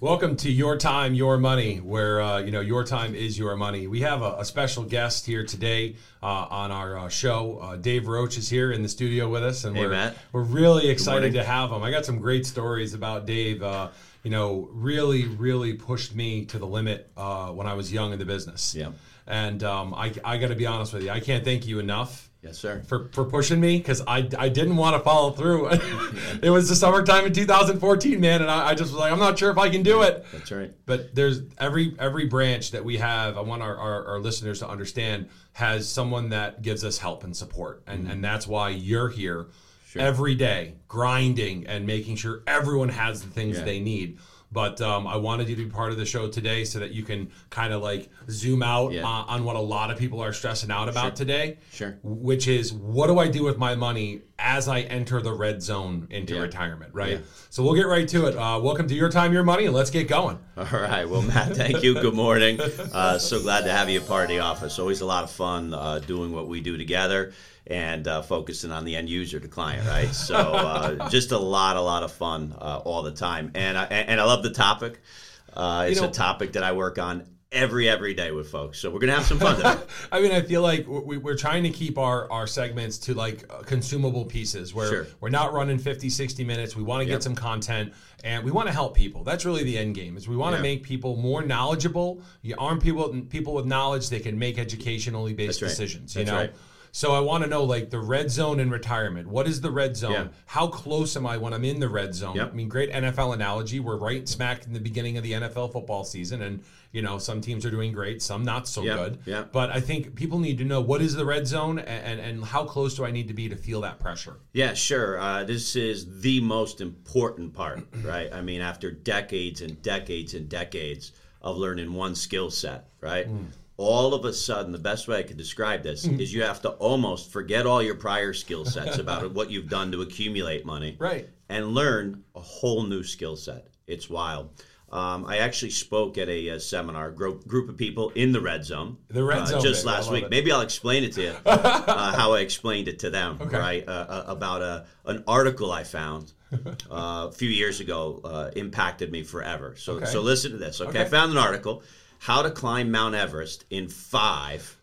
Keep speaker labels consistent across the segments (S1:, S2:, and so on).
S1: Welcome to Your Time, Your Money, where uh, you know your time is your money. We have a, a special guest here today uh, on our uh, show. Uh, Dave Roach is here in the studio with us, and
S2: Hey,
S1: we're
S2: Matt.
S1: we're really excited to have him. I got some great stories about Dave. Uh, you know, really, really pushed me to the limit uh, when I was young in the business.
S2: Yeah.
S1: and um, I I got to be honest with you, I can't thank you enough
S2: Yes, sir.
S1: for, for pushing me because I, I didn't want to follow through. it was the summertime in 2014, man, and I, I just was like, I'm not sure if I can do it.
S2: That's right.
S1: But there's every every branch that we have. I want our, our, our listeners to understand has someone that gives us help and support, and
S2: Mm-hmm.
S1: and that's why you're here every day, grinding and making sure everyone has the things
S2: Yeah.
S1: they need. But um, I wanted you to be part of the show today so that you can kind of like zoom out
S2: Yeah.
S1: uh, on what a lot of people are stressing out about today
S2: Sure.
S1: which is what do I do with my money as I enter the red zone into
S2: Yeah.
S1: retirement, right?
S2: Yeah.
S1: So we'll get right to it. Uh, welcome to Your Time, Your Money, and let's get going.
S2: All right. Well, Matt, thank you. Good morning. Uh, so glad to have you a part of the office. Always a lot of fun uh, doing what we do together and uh, focusing on the end user, the client, right? So uh, just a lot, a lot of fun uh, all the time. And I, and I love the topic. Uh, it's
S1: know-
S2: a topic that I work on every, every day with folks. So we're going to have some fun today.
S1: I mean, I feel like we, we're trying to keep our, our segments to like uh, consumable pieces where
S2: Sure.
S1: we're not running 50, 60 minutes. We want to get
S2: Yep.
S1: some content and we want to help people. That's really the end game is we want to
S2: Yeah.
S1: make people more knowledgeable. You arm people, people with knowledge, they can make educationally based
S2: That's right.
S1: decisions, you
S2: That's
S1: know?
S2: right.
S1: So I want to know like the red zone in retirement. What is the red zone?
S2: Yeah.
S1: How close am I when I'm in the red zone?
S2: Yep.
S1: I mean, great NFL analogy. We're right smack in the beginning of the NFL football season and you know, some teams are doing great, some not so
S2: Yep.
S1: good.
S2: Yep.
S1: But I think people need to know what is the red zone and, and, and how close do I need to be to feel that pressure?
S2: Yeah, sure. Uh, this is the most important part, right? I mean, after decades and decades and decades of learning one skill set, right? All of a sudden, the best way I could describe this is you have to almost forget all your prior skill sets about what you've done to accumulate money
S1: Right.
S2: and learn a whole new skill set. It's wild. Um, I actually spoke at a, uh seminar, gro- group of people in the red zone.
S1: The red
S2: uh,
S1: zone,
S2: Just
S1: baby. I
S2: last
S1: love
S2: week.
S1: it.
S2: Maybe I'll explain it to you uh, how I explained it to them, right? Uh, Uh, about a, an article I found uh, a few years ago uh, impacted me forever. So,
S1: Okay.
S2: so listen to this. okay, I
S1: Okay.
S2: found an article, How to Climb Mount Everest in Five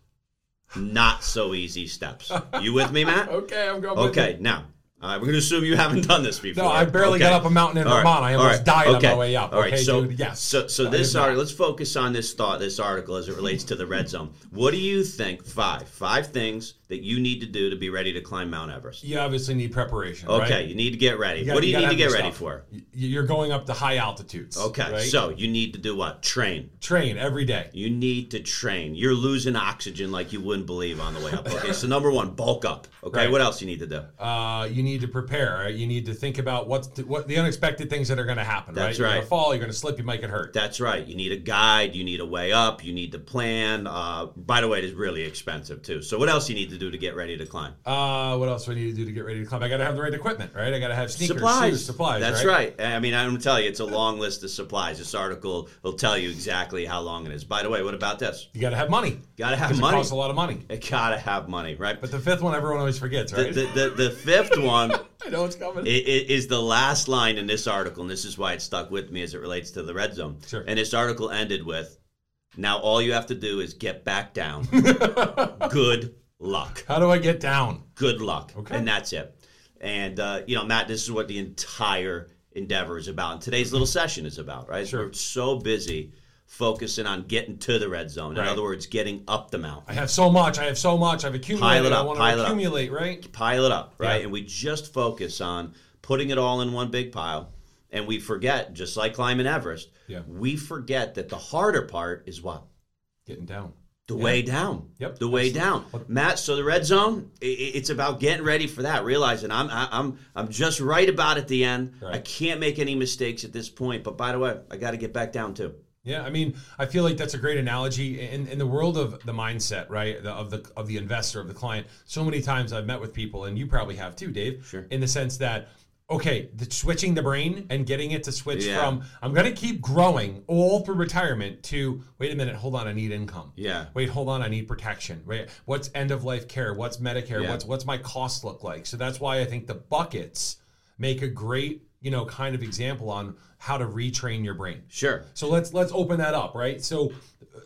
S2: Not So Easy Steps. You with me, Matt?
S1: Okay, I'm going.
S2: Okay, now uh, we're going to assume you haven't done this before.
S1: No, I barely
S2: Okay.
S1: got up a mountain in
S2: All right,
S1: Vermont. I
S2: all
S1: almost
S2: right,
S1: died on
S2: okay,
S1: my way up.
S2: All right,
S1: okay,
S2: so
S1: dude. Yes.
S2: so so this article. Let's focus on this thought, this article, as it relates to the red zone. What do you think? Five, five things that you need to do to be ready to climb Mount Everest.
S1: you obviously need preparation.
S2: Okay,
S1: Right?
S2: you need to get ready.
S1: gotta-
S2: what do you,
S1: gotta
S2: need to
S1: have
S2: get
S1: your
S2: ready
S1: stuff.
S2: for?
S1: Y- You're going up to high altitudes.
S2: Okay,
S1: right?
S2: so you need to do what? Train.
S1: train every day.
S2: You need to train. You're losing oxygen like you wouldn't believe on the way up. Okay, so number one, bulk up. Okay,
S1: Right.
S2: what else you need to do?
S1: Uh, you need to prepare. Right? You need to think about what's the, what the unexpected things that are going to happen.
S2: That's
S1: You're going to
S2: right.
S1: fall. You're going to slip. You might get hurt.
S2: That's right. You need a guide. You need a way up. You need to plan. Uh, by the way, it is really expensive too. So what else you need to do to get ready to climb?
S1: Uh, what else do I need to do to get ready to climb? I got to have the right equipment, right? I got to have sneakers, shoes, supplies.
S2: That's
S1: right.
S2: right. I mean, I'm telling you, it's a long list of supplies. This article will tell you exactly how long it is. By the way, what about this?
S1: You got to have money.
S2: Got to
S1: 'Cause
S2: have
S1: It
S2: money.
S1: costs a lot of money.
S2: It gotta have money, right?
S1: But the fifth one, everyone always forgets,
S2: the,
S1: right?
S2: the, the, the fifth one
S1: I know it's coming.
S2: i- i- is the last line in this article, and this is why it stuck with me as it relates to the red zone.
S1: Sure.
S2: And this article ended with, "Now all you have to do is get back down. Good luck."
S1: How do I get down?
S2: good luck.
S1: Okay.
S2: And that's it. And, uh, you know, Matt, this is what the entire endeavor is about. And today's little session is about, right?
S1: Sure.
S2: We're so busy focusing on getting to the red zone. In
S1: Right.
S2: other words, getting up the mountain.
S1: I have so much. I have so much. I've accumulated.
S2: Pile it up,
S1: I want
S2: pile it
S1: to
S2: up.
S1: accumulate, right?
S2: Pile it up, right?
S1: Yeah.
S2: And we just focus on putting it all in one big pile. And we forget, just like climbing Everest,
S1: Yeah.
S2: we forget that the harder part is what?
S1: Getting down.
S2: The way down.
S1: Yep,
S2: The way down. Matt, so the red zone, i- i it's about getting ready for that, realizing I'm I- I'm I'm just right about at the end. I
S1: Right.
S2: can't make any mistakes at this point, but by the way, I got to get back down too.
S1: Yeah, I mean, I feel like that's a great analogy in, in the world of the mindset, right? The, of the of the investor, of the client. So many times I've met with people, and you probably have too, Dave.
S2: Sure.
S1: In the sense that, okay, the, switching the brain and getting it to switch
S2: Yeah.
S1: from I'm going to keep growing all through retirement to wait a minute, hold on, I need income.
S2: Yeah.
S1: Wait, hold on, I need protection. Wait, what's end of life care? What's Medicare?
S2: Yeah.
S1: What's what's my cost look like? So that's why I think the buckets make a great you know, kind of example on how to retrain your brain.
S2: Sure.
S1: So let's let's open that up, right? So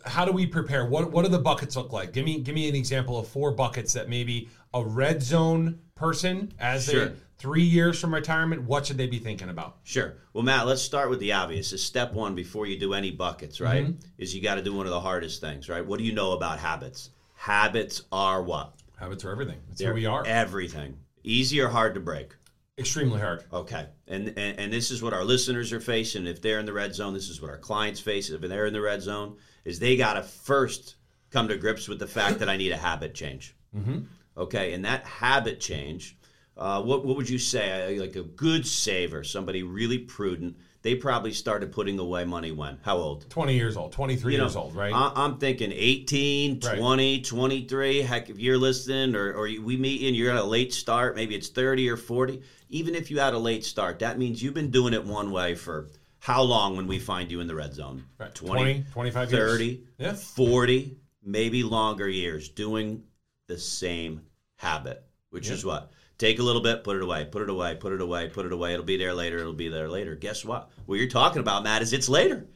S1: how do we prepare? What what do the buckets look like? Give me give me an example of four buckets that maybe a red zone person as
S2: Sure.
S1: they're three years from retirement, what should they be thinking about?
S2: Sure. Well, Matt, let's start with the obvious. Is step one before you do any buckets, right?
S1: Mm-hmm.
S2: Is you got to do one of the hardest things, right? What do you know about habits? Habits are what?
S1: Habits are everything. That's who we are.
S2: Everything. Easy or hard to break?
S1: Extremely hard.
S2: Okay. And, and and this is what our listeners are facing. If they're in the red zone, this is what our clients face. If they're in the red zone, is they got to first come to grips with the fact that I need a habit change. Mm-hmm. Okay. And that habit change, uh, what, what would you say? uh, Like a good saver, somebody really prudent, they probably started putting away money when? How old?
S1: Twenty years old, twenty three
S2: You know,
S1: years old, right?
S2: I, I'm thinking 18,
S1: Right.
S2: 20, 23. Heck, if you're listening or, or you- we meet and you're at a late start, maybe it's 30 or 40. Even if you had a late start, that means you've been doing it one way for how long when we find you in the red zone?
S1: Right. 20, 25 years.
S2: 30,
S1: Yeah.
S2: 40, maybe longer years doing the same habit, which is what? Take a little bit, put it away, put it away, put it away, put it away. It'll be there later. It'll be there later. Guess what? What you're talking about, Matt, is it's later.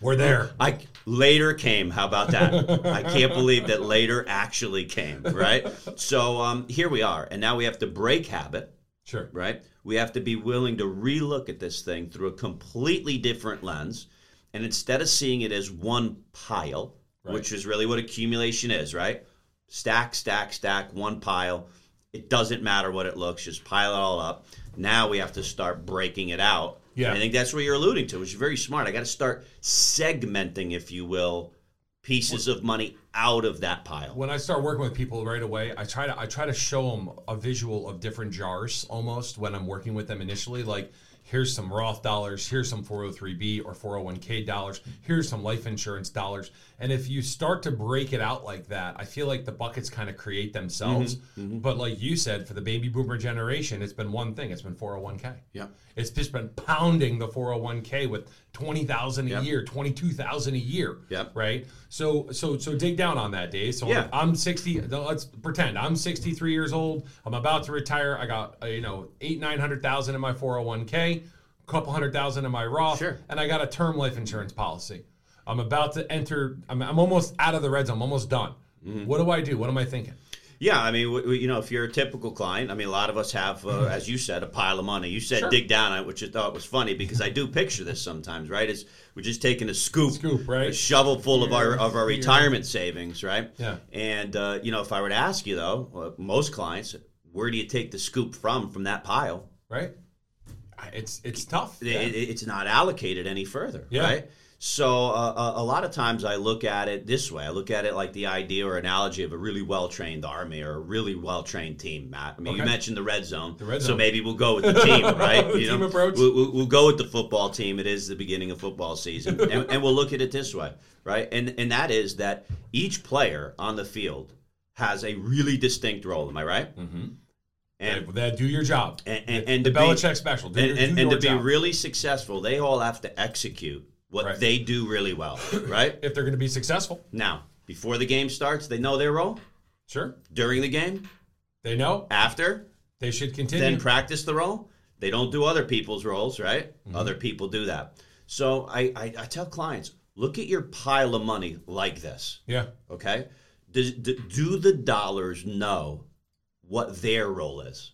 S1: We're there.
S2: I later came. How about that? I can't believe that later actually came. Right. So um, here we are, and now we have to break habit.
S1: Sure.
S2: Right. We have to be willing to relook at this thing through a completely different lens, and instead of seeing it as one pile, which is really what accumulation is, right? Stack, stack, stack, one pile. It doesn't matter what it looks. Just pile it all up. Now we have to start breaking it out.
S1: Yeah.
S2: I think that's what you're alluding to, which is very smart. I got to start segmenting, if you will, pieces of money out of that pile.
S1: when I start working with people right away, I try to I try to show them a visual of different jars almost when I'm working with them initially. Like here's some Roth dollars, here's some 403b or 401k dollars, here's some life insurance dollars. And if you start to break it out like that, I feel like the buckets kind of create themselves. But like you said, for the baby boomer generation, it's been one thing. It's been 401k.
S2: Yeah.
S1: It's just been pounding the 401k with 20,000 a
S2: Yep.
S1: year, 22,000 a year,
S2: Yep.
S1: right? So so so dig down on that, Dave. So
S2: Yeah.
S1: I'm 60. Let's pretend I'm 63 years old. I'm about to retire. I got uh, you know eight nine hundred thousand in my 401k, couple hundred thousand in my Roth,
S2: Sure.
S1: and I got a term life insurance policy. I'm about to enter. I'm, I'm almost out of the red zone. I'm almost done.
S2: Mm-hmm.
S1: What do I do? What am I thinking?
S2: Yeah, I mean, w- w- you know, if you're a typical client, I mean, a lot of us have, uh, as you said, a pile of money. You said
S1: Sure.
S2: dig down, I- which I thought was funny because I do picture this sometimes, right? Is we're just taking a scoop,
S1: Scoop, right?
S2: a shovel full of our of our retirement savings, right?
S1: Yeah.
S2: And uh, you know, if I were to ask you though, uh, most clients, where do you take the scoop from from that pile?
S1: Right? I- It's it's tough.
S2: It- it- it's not allocated any further,
S1: Yeah.
S2: right? So uh, a a lot of times I look at it this way. I look at it like the idea or analogy of a really well trained army or a really well trained team. Matt, I mean, you
S1: Okay.
S2: mentioned the red zone, the
S1: red
S2: so
S1: zone.
S2: maybe we'll go with the team, right? You
S1: Team approach.
S2: We'll, we'll, we'll go with the football team. It is the beginning of football season, and, and we'll look at it this way, right? And and that is that each player on the field has a really distinct role. Am I right? Mm-hmm. And
S1: Right, that do your job.
S2: and, and, and
S1: the
S2: to be-
S1: Belichick special. Do
S2: and,
S1: your,
S2: and,
S1: do
S2: and to
S1: your
S2: be
S1: job.
S2: really successful, they all have to execute what
S1: Right.
S2: they do really well, right?
S1: if they're going to be successful,
S2: now, before the game starts, they know their role.
S1: sure.
S2: During the game,
S1: They know
S2: after,
S1: they should
S2: then
S1: continue.
S2: practice the role. They don't do other people's roles, right?
S1: Mm-hmm.
S2: Other people do that. So I, I, I tell clients look at your pile of money like this,
S1: yeah.
S2: okay? Does, do, do the dollars know what their role is?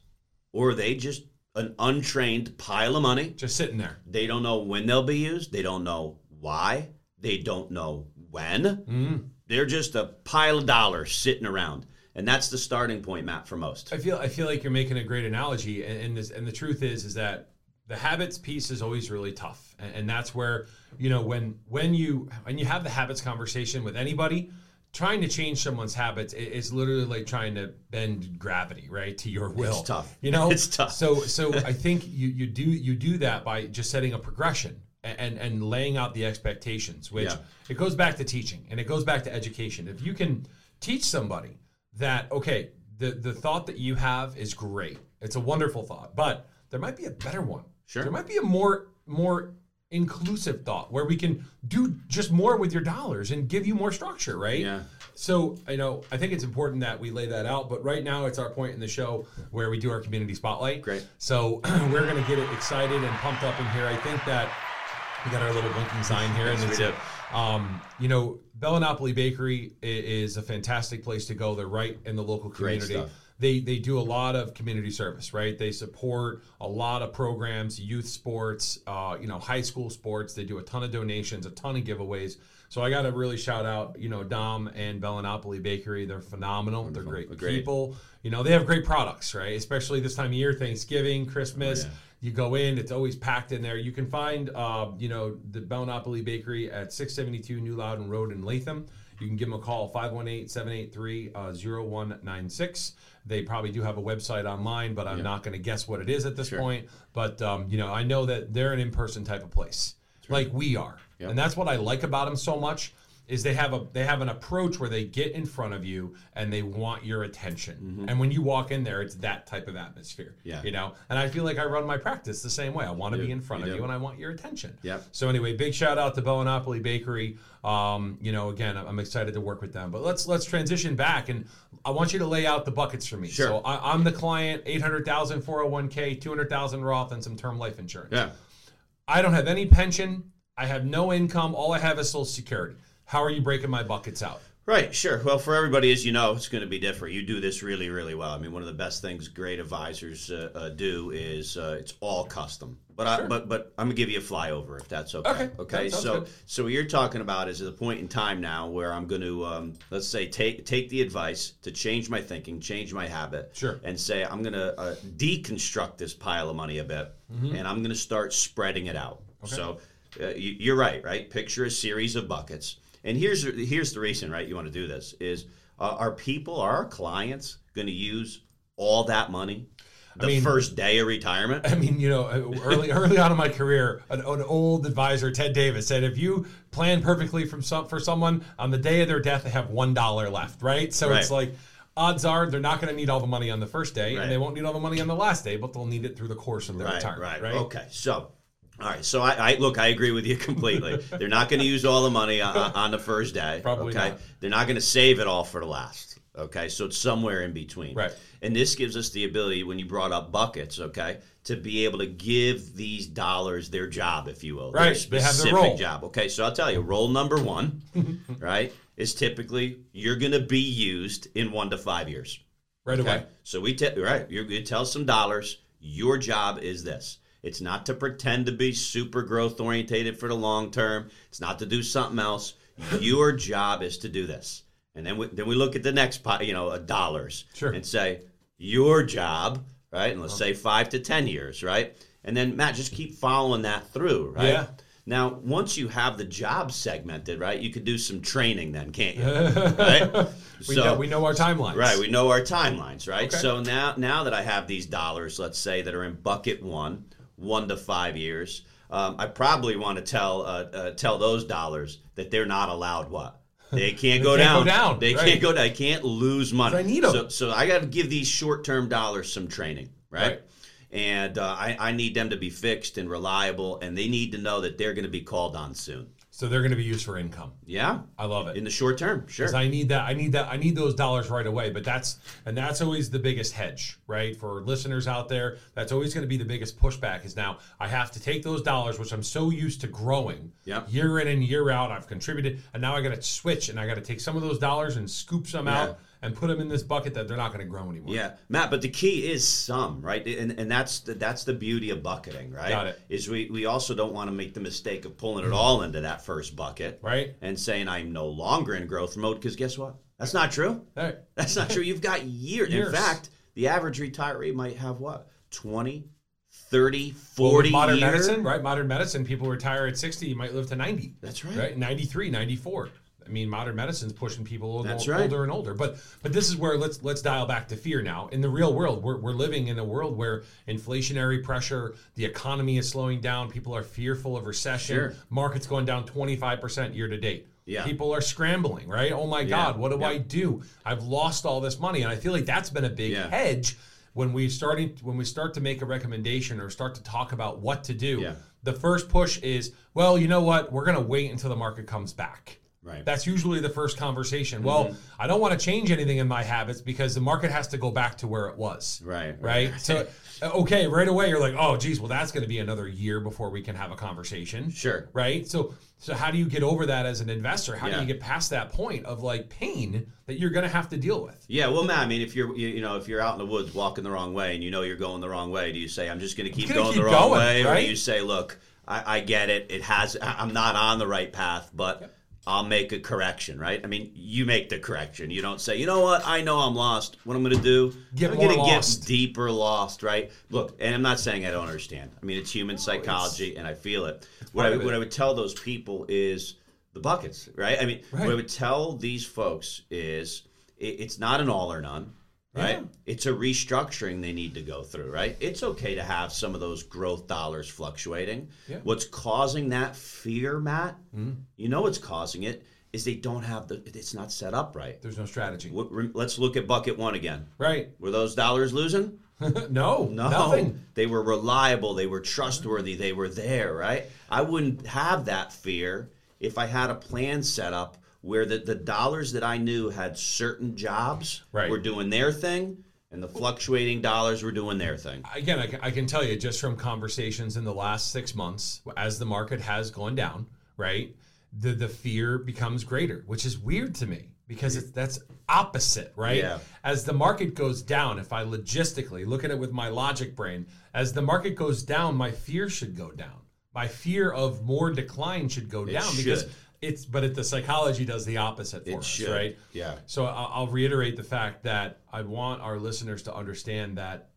S2: Or are they just an untrained pile of money?
S1: Just sitting there.
S2: They don't know when they'll be used. They don't know why. They don't know when.
S1: Mm-hmm.
S2: They're just a pile of dollars sitting around. And that's the starting point, Matt, for most.
S1: I feel I feel like you're making a great analogy, and and, this, and the truth is is that the habits piece is always really tough, and, and that's where you know when when you when you have the habits conversation with anybody, trying to change someone's habits i- is literally like trying to bend gravity right to your will.
S2: It's tough.
S1: you know.
S2: It's tough.
S1: So so I think you you do you do that by just setting a progression. a- And, and laying out the expectations, which
S2: Yeah.
S1: it goes back to teaching and it goes back to education. If you can teach somebody that, okay, the, the thought that you have is great. It's a wonderful thought, but there might be a better one.
S2: Sure.
S1: There might be a more more inclusive thought where we can do just more with your dollars and give you more structure, right?
S2: Yeah.
S1: So, you know, I think it's important that we lay that out, but right now it's our point in the show where we do our community spotlight.
S2: Great.
S1: So, we're going to get it excited and pumped up in here. I think that we got our little blinking sign here and
S2: Yes, we
S1: it's
S2: do.
S1: um, you know, Bellinopoly Bakery i- is a fantastic place to go. They're right in the local
S2: Great
S1: community.
S2: stuff.
S1: They they do a lot of community service, right? They support a lot of programs, youth sports, uh, you know, high school sports. They do a ton of donations, a ton of giveaways. So I got to really shout out, you know, Dom and Bellinopoly Bakery. They're phenomenal. They're great,
S2: Agreed.
S1: people. You know, they have great products, right? Especially this time of year, Thanksgiving, Christmas.
S2: yeah.
S1: You go in, it's always packed in there. You can find, uh, you know, the Belnopoly Bakery at 672 New Loudon Road in Latham. You can give them a call, 518 783 0196. They probably do have a website online, but I'm not going to guess what it is at this point. But, um, you know, I know that they're an in person type of place, like we are.
S2: Yep.
S1: And that's what I like about them so much. Is they have a they have an approach where they get in front of you and they want your attention. And when you walk in there, it's that type of atmosphere.
S2: Mm-hmm. Yeah.
S1: You know? know? And I feel like I run my practice the same way. I want to
S2: do.
S1: be in front
S2: You
S1: of
S2: do.
S1: you and I want your attention.
S2: Yep.
S1: So anyway, big shout out to Bellinopoly Bakery. Um, you know, again, I'm excited to work with them. But let's let's transition back and I want you to lay out the buckets for me.
S2: Sure.
S1: So I, I'm the client, 800,000 401k, 200,000 Roth and some term life insurance.
S2: Yeah.
S1: I don't have any pension. I have no income. All I have is social security. How are you breaking my buckets out?
S2: Right, sure. Well, for everybody, as you know, it's going to be different. You do this really, really well. I mean, one of the best things great advisors uh, uh, do is uh, it's all custom. But I, but but I'm gonna give you a flyover if that's okay.
S1: Okay, that sounds
S2: So
S1: good.
S2: so what you're talking about is at the point in time now where I'm going to um, let's say take take the advice to change my thinking, change my habit,
S1: Sure.
S2: and say I'm going to uh, deconstruct this pile of money a bit,
S1: Mm-hmm.
S2: and I'm going to start spreading it out. So uh, you, you're right, right? Picture a series of buckets, and here's here's the reason, right? You want to do this is uh, are people, are our clients going to use all that money the
S1: mean-
S2: first day of retirement?
S1: I mean, you know, early early on in my career, an, an old advisor, Ted Davis, said if you plan perfectly from some for someone on the day of their death, they have one dollar left, right? So it's
S2: Right.
S1: like odds are they're not going to need all the money on the first day,
S2: Right.
S1: and they won't need all the money on the last day, but they'll need it through the course of their
S2: right,
S1: retirement, right?
S2: right, Okay, so. All right, so I, I look. I agree with you completely. They're not going to use all the money on, on the first day.
S1: Probably
S2: okay?
S1: not.
S2: They're not going to save it all for the last. Okay, so it's somewhere in between.
S1: Right.
S2: And this gives us the ability, when you brought up buckets, okay, to be able to give these dollars their job, if you will. their
S1: Right, they have their
S2: specific
S1: role.
S2: job. Okay, so I'll tell you, role number one, right, is typically you're going to be used in one to five years.
S1: Right
S2: Okay.
S1: away.
S2: So we tell right, you're going to tell some dollars. Your job is this. It's not to pretend to be super growth orientated for the long term. It's not to do something else. Your job is to do this. And then we, then we look at the next, po- you know, uh, dollars
S1: Sure.
S2: and say your job, right? And let's say five to ten years, right? And then Matt, just keep following that through, right?
S1: Yeah.
S2: Now, once you have the job segmented, right, you could do some training then, can't you? right?
S1: We, know, we know our timelines.
S2: Right, we know our timelines, right?
S1: Okay.
S2: So now now that I have these dollars, let's say that are in bucket one, one to five years, um, I probably want to tell uh, uh, tell those dollars that they're not allowed what they can't go
S1: can't go
S2: down.
S1: down,
S2: They
S1: right.
S2: can't go down. I can't lose money.
S1: I need 'em.
S2: So, so I got to give these short term dollars some training, right?
S1: Right.
S2: And uh, I, I need them to be fixed and reliable, and they need to know that they're going to be called on soon.
S1: so they're going to be used for income.
S2: Yeah,
S1: I love it.
S2: in the short term, sure.
S1: 'Cause I need that. I need that. I need those dollars right away. But that's and that's always the biggest hedge, right? For listeners out there, that's always going to be the biggest pushback. Is now I have to take those dollars, which I'm so used to growing,
S2: Yep.
S1: year in and year out. I've contributed, and now I got to switch, and I got to take some of those dollars and scoop some
S2: Yeah.
S1: out and put them in this bucket that they're not going to grow anymore.
S2: Yeah, Matt. But the key is some, right? And and that's the, that's the beauty of bucketing, right?
S1: Got it.
S2: Is we we also don't want to make the mistake of pulling it all into that first bucket,
S1: Right.
S2: And saying I'm no longer in growth mode because guess what? That's not true.
S1: All right.
S2: That's not true. You've got years.
S1: Years.
S2: In fact, the average retiree might have what 20, 30,
S1: Well, with
S2: 40
S1: modern
S2: year-
S1: medicine, right? Modern medicine, people retire at 60, you might live to 90.
S2: That's right.
S1: Right? 93, 94. I mean, modern medicine's pushing people older,
S2: That's right.
S1: older and older. But but this is where let's let's dial back to fear now. In the real world, we're, we're living in a world where inflationary pressure, the economy is slowing down, people are fearful of recession,
S2: Sure.
S1: markets going down 25% year to date.
S2: Yeah.
S1: People are scrambling, right? Oh my God, what do I do? I've lost all this money. And I feel like that's been a big
S2: Yeah.
S1: hedge when we starting when we start to make a recommendation or start to talk about what to do
S2: Yeah.
S1: the first push is, well, you know what? We're going to wait until the market comes back.
S2: Right. Mm-hmm.
S1: That's usually the first conversation. Well, I don't want to change anything in my habits because the market has to go back to where it was.
S2: Right,
S1: Right. So, uh, okay, right away you're like, oh, geez, well, that's going to be another year before we can have a conversation.
S2: Sure.
S1: Right. So, so how do you get over that as an investor? How do
S2: Yeah.
S1: you get past that point of like pain that you're going to have to deal with?
S2: Yeah, well, man, I mean, if you're you, you know if you're out in the woods walking the wrong way and you know you're going the wrong way, do you say I'm just going to keep
S1: gonna
S2: going
S1: keep
S2: the wrong
S1: going,
S2: way, or
S1: right?
S2: do you say, look, I, I get it, it has, I- I'm not on the right path, but I'll make a correction, right? I mean, you make the correction. You don't say, you know what, I know I'm lost. What I'm going to do?
S1: Get
S2: I'm
S1: more
S2: gonna
S1: lost."
S2: get deeper lost, right? Look, and I'm not saying I don't understand. I mean, it's human psychology, and I feel it. What
S1: part
S2: I,
S1: of it.
S2: what I would tell those people is the buckets, right? I mean, what I
S1: Right.
S2: would tell these folks is it, it's not an all or none, right?
S1: Yeah.
S2: It's a restructuring they need to go through, right? It's okay to have some of those growth dollars fluctuating.
S1: Yeah. Mm.
S2: What's causing that fear, Matt? You know what's causing it is they don't have the it's not set up right.
S1: There's no strategy.
S2: What, re- let's look at bucket 1 again.
S1: Right.
S2: Were those dollars losing?
S1: no,
S2: No,
S1: Nothing.
S2: they were reliable. They were trustworthy. They were there, right? I wouldn't have that fear if I had a plan set up where the, the dollars that I knew had certain jobs
S1: Right.
S2: were doing their thing and the fluctuating dollars were doing their thing.
S1: again, I, can- I can tell you just from conversations in the last six months, as the market has gone down, right? The the fear becomes greater, which is weird to me because it's that's opposite, right?
S2: Yeah.
S1: As the market goes down, if I logistically look at it with my logic brain, as the market goes down, my fear should go down. My fear of more decline should go down because
S2: should.
S1: it's but it, the psychology does the opposite for
S2: It
S1: us,
S2: should.
S1: right?
S2: Yeah.
S1: So I- I'll reiterate the fact that I want our listeners to understand that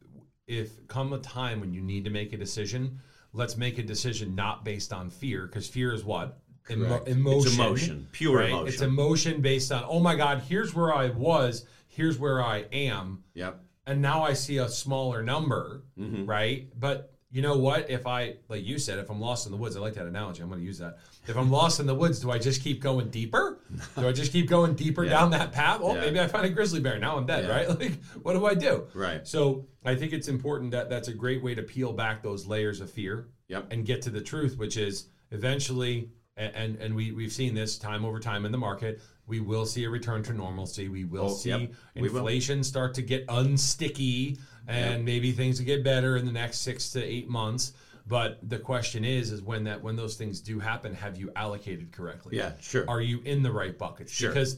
S1: if come a time when you need to make a decision, let's make a decision not based on fear, because fear is what Emo- emotion,
S2: It's emotion, pure
S1: right?
S2: emotion.
S1: It's emotion based on oh my god, here's where I was, here's where I am,
S2: Yep.
S1: and now I see a smaller number,
S2: Mm-hmm.
S1: right? But you know what? If I, like you said, if I'm lost in the woods, I like that analogy. I'm going to use that. If I'm lost in the woods, do I just keep going deeper? Do I just keep going deeper down that path? Well,
S2: Yeah.
S1: maybe I find a grizzly bear. Now I'm dead,
S2: Yeah.
S1: right? Like, what do I do?
S2: Right.
S1: So I think it's important that that's a great way to peel back those layers of fear
S2: Yep.
S1: and get to the truth, which is eventually, a- and and we we've seen this time over time in the market. We will see a return to normalcy. We will see
S2: Oh, yep. We will.
S1: inflation start to get unsticky, and maybe things will get better in the next six to eight months. But the question is, is when that when those things do happen, have you allocated correctly?
S2: Yeah, sure.
S1: Are you in the right buckets?
S2: Sure.
S1: Because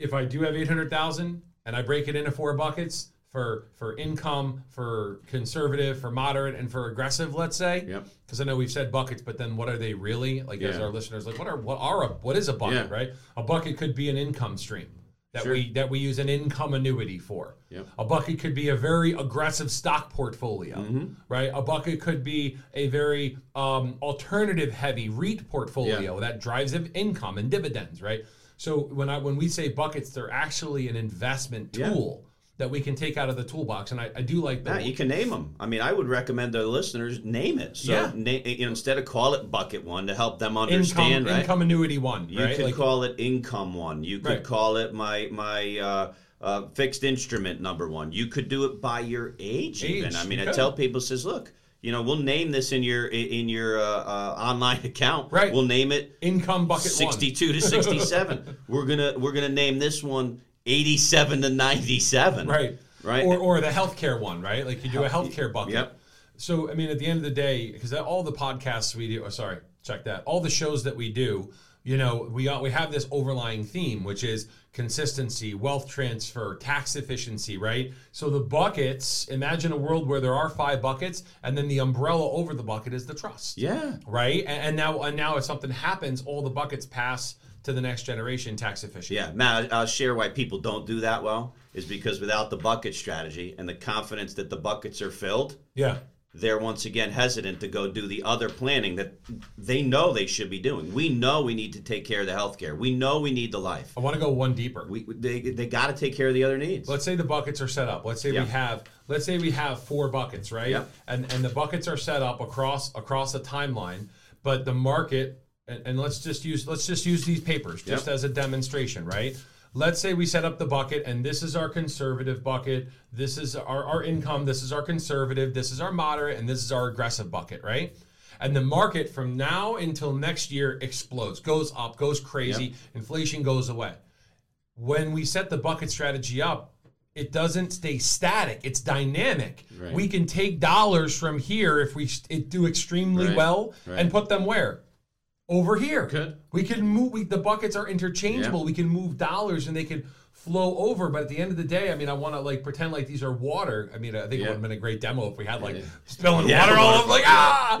S1: if I do have eight hundred thousand and I break it into four buckets for for income, for conservative, for moderate, and for aggressive, let's say.
S2: Yep.
S1: Because I know we've said buckets, but then what are they really? Like as
S2: Yeah.
S1: our listeners, like what are what are a what is a bucket?
S2: Yeah.
S1: Right. A bucket could be an income stream that we that we use an income annuity for.
S2: Yep.
S1: A bucket could be a very aggressive stock portfolio,
S2: Mm-hmm.
S1: right? A bucket could be a very um, alternative heavy REIT portfolio that drives of income and dividends, right? So when I when we say buckets, they're actually an investment tool that we can take out of the toolbox, and I, I do like
S2: Yeah,
S1: that.
S2: you can name them. I mean, I would recommend the listeners name it. So
S1: Yeah.
S2: na- you know, instead of call it bucket one to help them understand,
S1: Income,
S2: right?
S1: income annuity one,
S2: You
S1: right?
S2: could
S1: Like,
S2: call it income one. You could
S1: Right.
S2: call it my my uh, uh, fixed instrument number one. You could do it by your age. even
S1: Age,
S2: I mean,
S1: you
S2: I
S1: could.
S2: tell people says, look, you know, we'll name this in your in your uh, uh, online account.
S1: Right.
S2: We'll name it
S1: income bucket one.
S2: sixty-two to sixty-seven. we're gonna we're gonna name this one eighty-seven to ninety-seven.
S1: right
S2: Right.
S1: or, or the healthcare one right like you do a healthcare bucket
S2: Yep.
S1: so i mean at the end of the day because all the podcasts we do oh, sorry check that all the shows that we do you know we got we have this overlying theme which is consistency wealth transfer tax efficiency right so the buckets imagine a world where there are five buckets and then the umbrella over the bucket is the trust
S2: yeah.
S1: right and, and now and now if something happens all the buckets pass to the next generation tax efficient
S2: Yeah, Matt, I'll share why people don't do that well is because without the bucket strategy and the confidence that the buckets are filled,
S1: yeah
S2: they're once again hesitant to go do the other planning that they know they should be doing. We know we need to take care of the healthcare. We know we need the life.
S1: i want to go one deeper
S2: We they they got to take care of the other needs.
S1: let's say the buckets are set up. Let's say
S2: Yeah.
S1: we have let's say we have four buckets, right?
S2: Yep.
S1: And and the buckets are set up across across a timeline, but the market and, and let's just use let's just use these papers just
S2: Yep.
S1: as a demonstration, right? Let's say we set up the bucket and this is our conservative bucket, this is our, our income, this is our conservative, this is our moderate, and this is our aggressive bucket, right? and the market from now until next year explodes, goes up, goes crazy,
S2: Yep.
S1: inflation goes away. When we set the bucket strategy up, it doesn't stay static; it's dynamic.
S2: Right.
S1: We can take dollars from here if we s- it do extremely
S2: Right.
S1: well and
S2: Right.
S1: put them where over here.
S2: Could.
S1: We can move. We, the buckets are interchangeable.
S2: Yeah.
S1: We can move dollars, and they can flow over. But at the end of the day, I mean, I want to like pretend like these are water. I mean, I think it
S2: Yeah.
S1: would have been a great demo if we had like spilling
S2: Yeah,
S1: water all over,
S2: waterfall.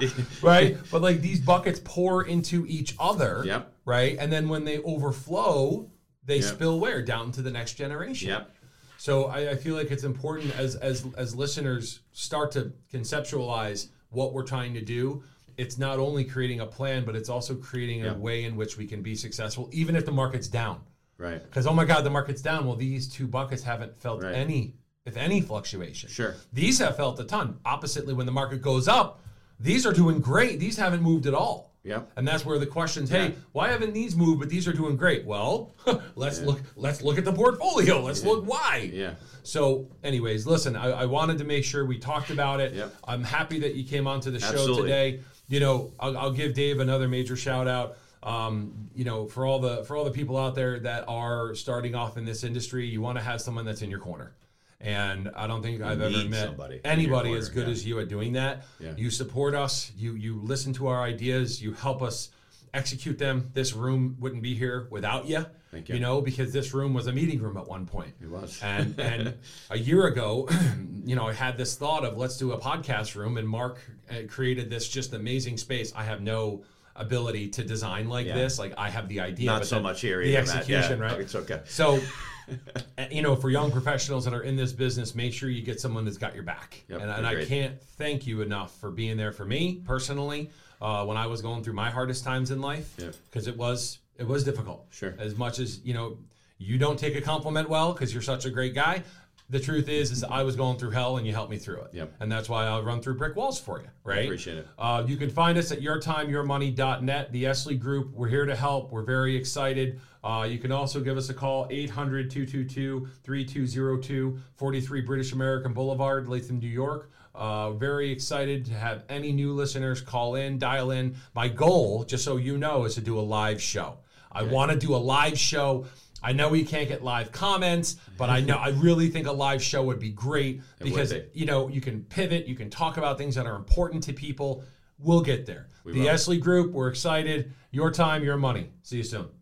S1: like ah, right. But like these buckets pour into each other.
S2: Yep.
S1: Right, and then when they overflow, they
S2: Yep.
S1: spill where down to the next generation.
S2: Yep.
S1: So I, I feel like it's important as as as listeners start to conceptualize what we're trying to do. It's not only creating a plan, but it's also creating a
S2: Yeah.
S1: way in which we can be successful, even if the market's down.
S2: Right.
S1: Because oh my God, the market's down. Well, these two buckets haven't felt
S2: Right.
S1: any, if any, fluctuation.
S2: Sure.
S1: These have felt a ton. Oppositely, when the market goes up, these are doing great. These haven't moved at all.
S2: Yep.
S1: And that's where the questions, hey,
S2: Yeah.
S1: why haven't these moved? But these are doing great. Well, let's look. Let's look at the portfolio. Let's look why.
S2: Yeah.
S1: So, anyways, listen, I, I wanted to make sure we talked about it.
S2: Yep.
S1: I'm happy that you came onto the show
S2: Absolutely.
S1: today. You know, I'll, I'll give Dave another major shout out. Um, you know, for all the for all the people out there that are starting off in this industry, you want to have someone that's in your corner. And I don't think I've ever
S2: need
S1: met
S2: somebody in your
S1: anybody
S2: corner,
S1: as good
S2: yeah.
S1: as you at doing that.
S2: Yeah.
S1: You support us. You you listen to our ideas. You help us execute them. This room wouldn't be here without you.
S2: Thank you.
S1: You know, because this room was a meeting room at one point.
S2: It was.
S1: And and a year ago, you know, I had this thought of let's do a podcast room, and Mark uh, created this just amazing space. I have no ability to design like
S2: Yeah.
S1: this. Like I have the idea,
S2: Not
S1: but
S2: so
S1: then
S2: much here
S1: The
S2: either, Matt. Yeah,
S1: execution, right?
S2: it's okay.
S1: So, uh, you know, for young professionals that are in this business, make sure you get someone that's got your back.
S2: Yep,
S1: and and I
S2: agreed.
S1: can't thank you enough for being there for me personally uh, when I was going through my hardest times in life
S2: Yep.
S1: because it was it was difficult.
S2: Sure.
S1: As much as you know, you don't take a compliment well because you're such a great guy. The truth is, is I was going through hell and you helped me through it.
S2: Yep.
S1: And that's why I'll run through brick walls for you. Right.
S2: Appreciate it.
S1: Uh, you can find us at yourtimeyourmoney.net, the Esley Group. We're here to help. We're very excited. Uh, you can also give us a call, 800 222 3202, 43 British American Boulevard, Latham, New York. Uh, very excited to have any new listeners call in, dial in. My goal, just so you know, is to do a live show. I want to do a live show. I know we can't get live comments, but I know I really think a live show would be great because
S2: be.
S1: you know you can pivot you can talk about things that are important to people we'll get there the esley group we're excited your time your money see you soon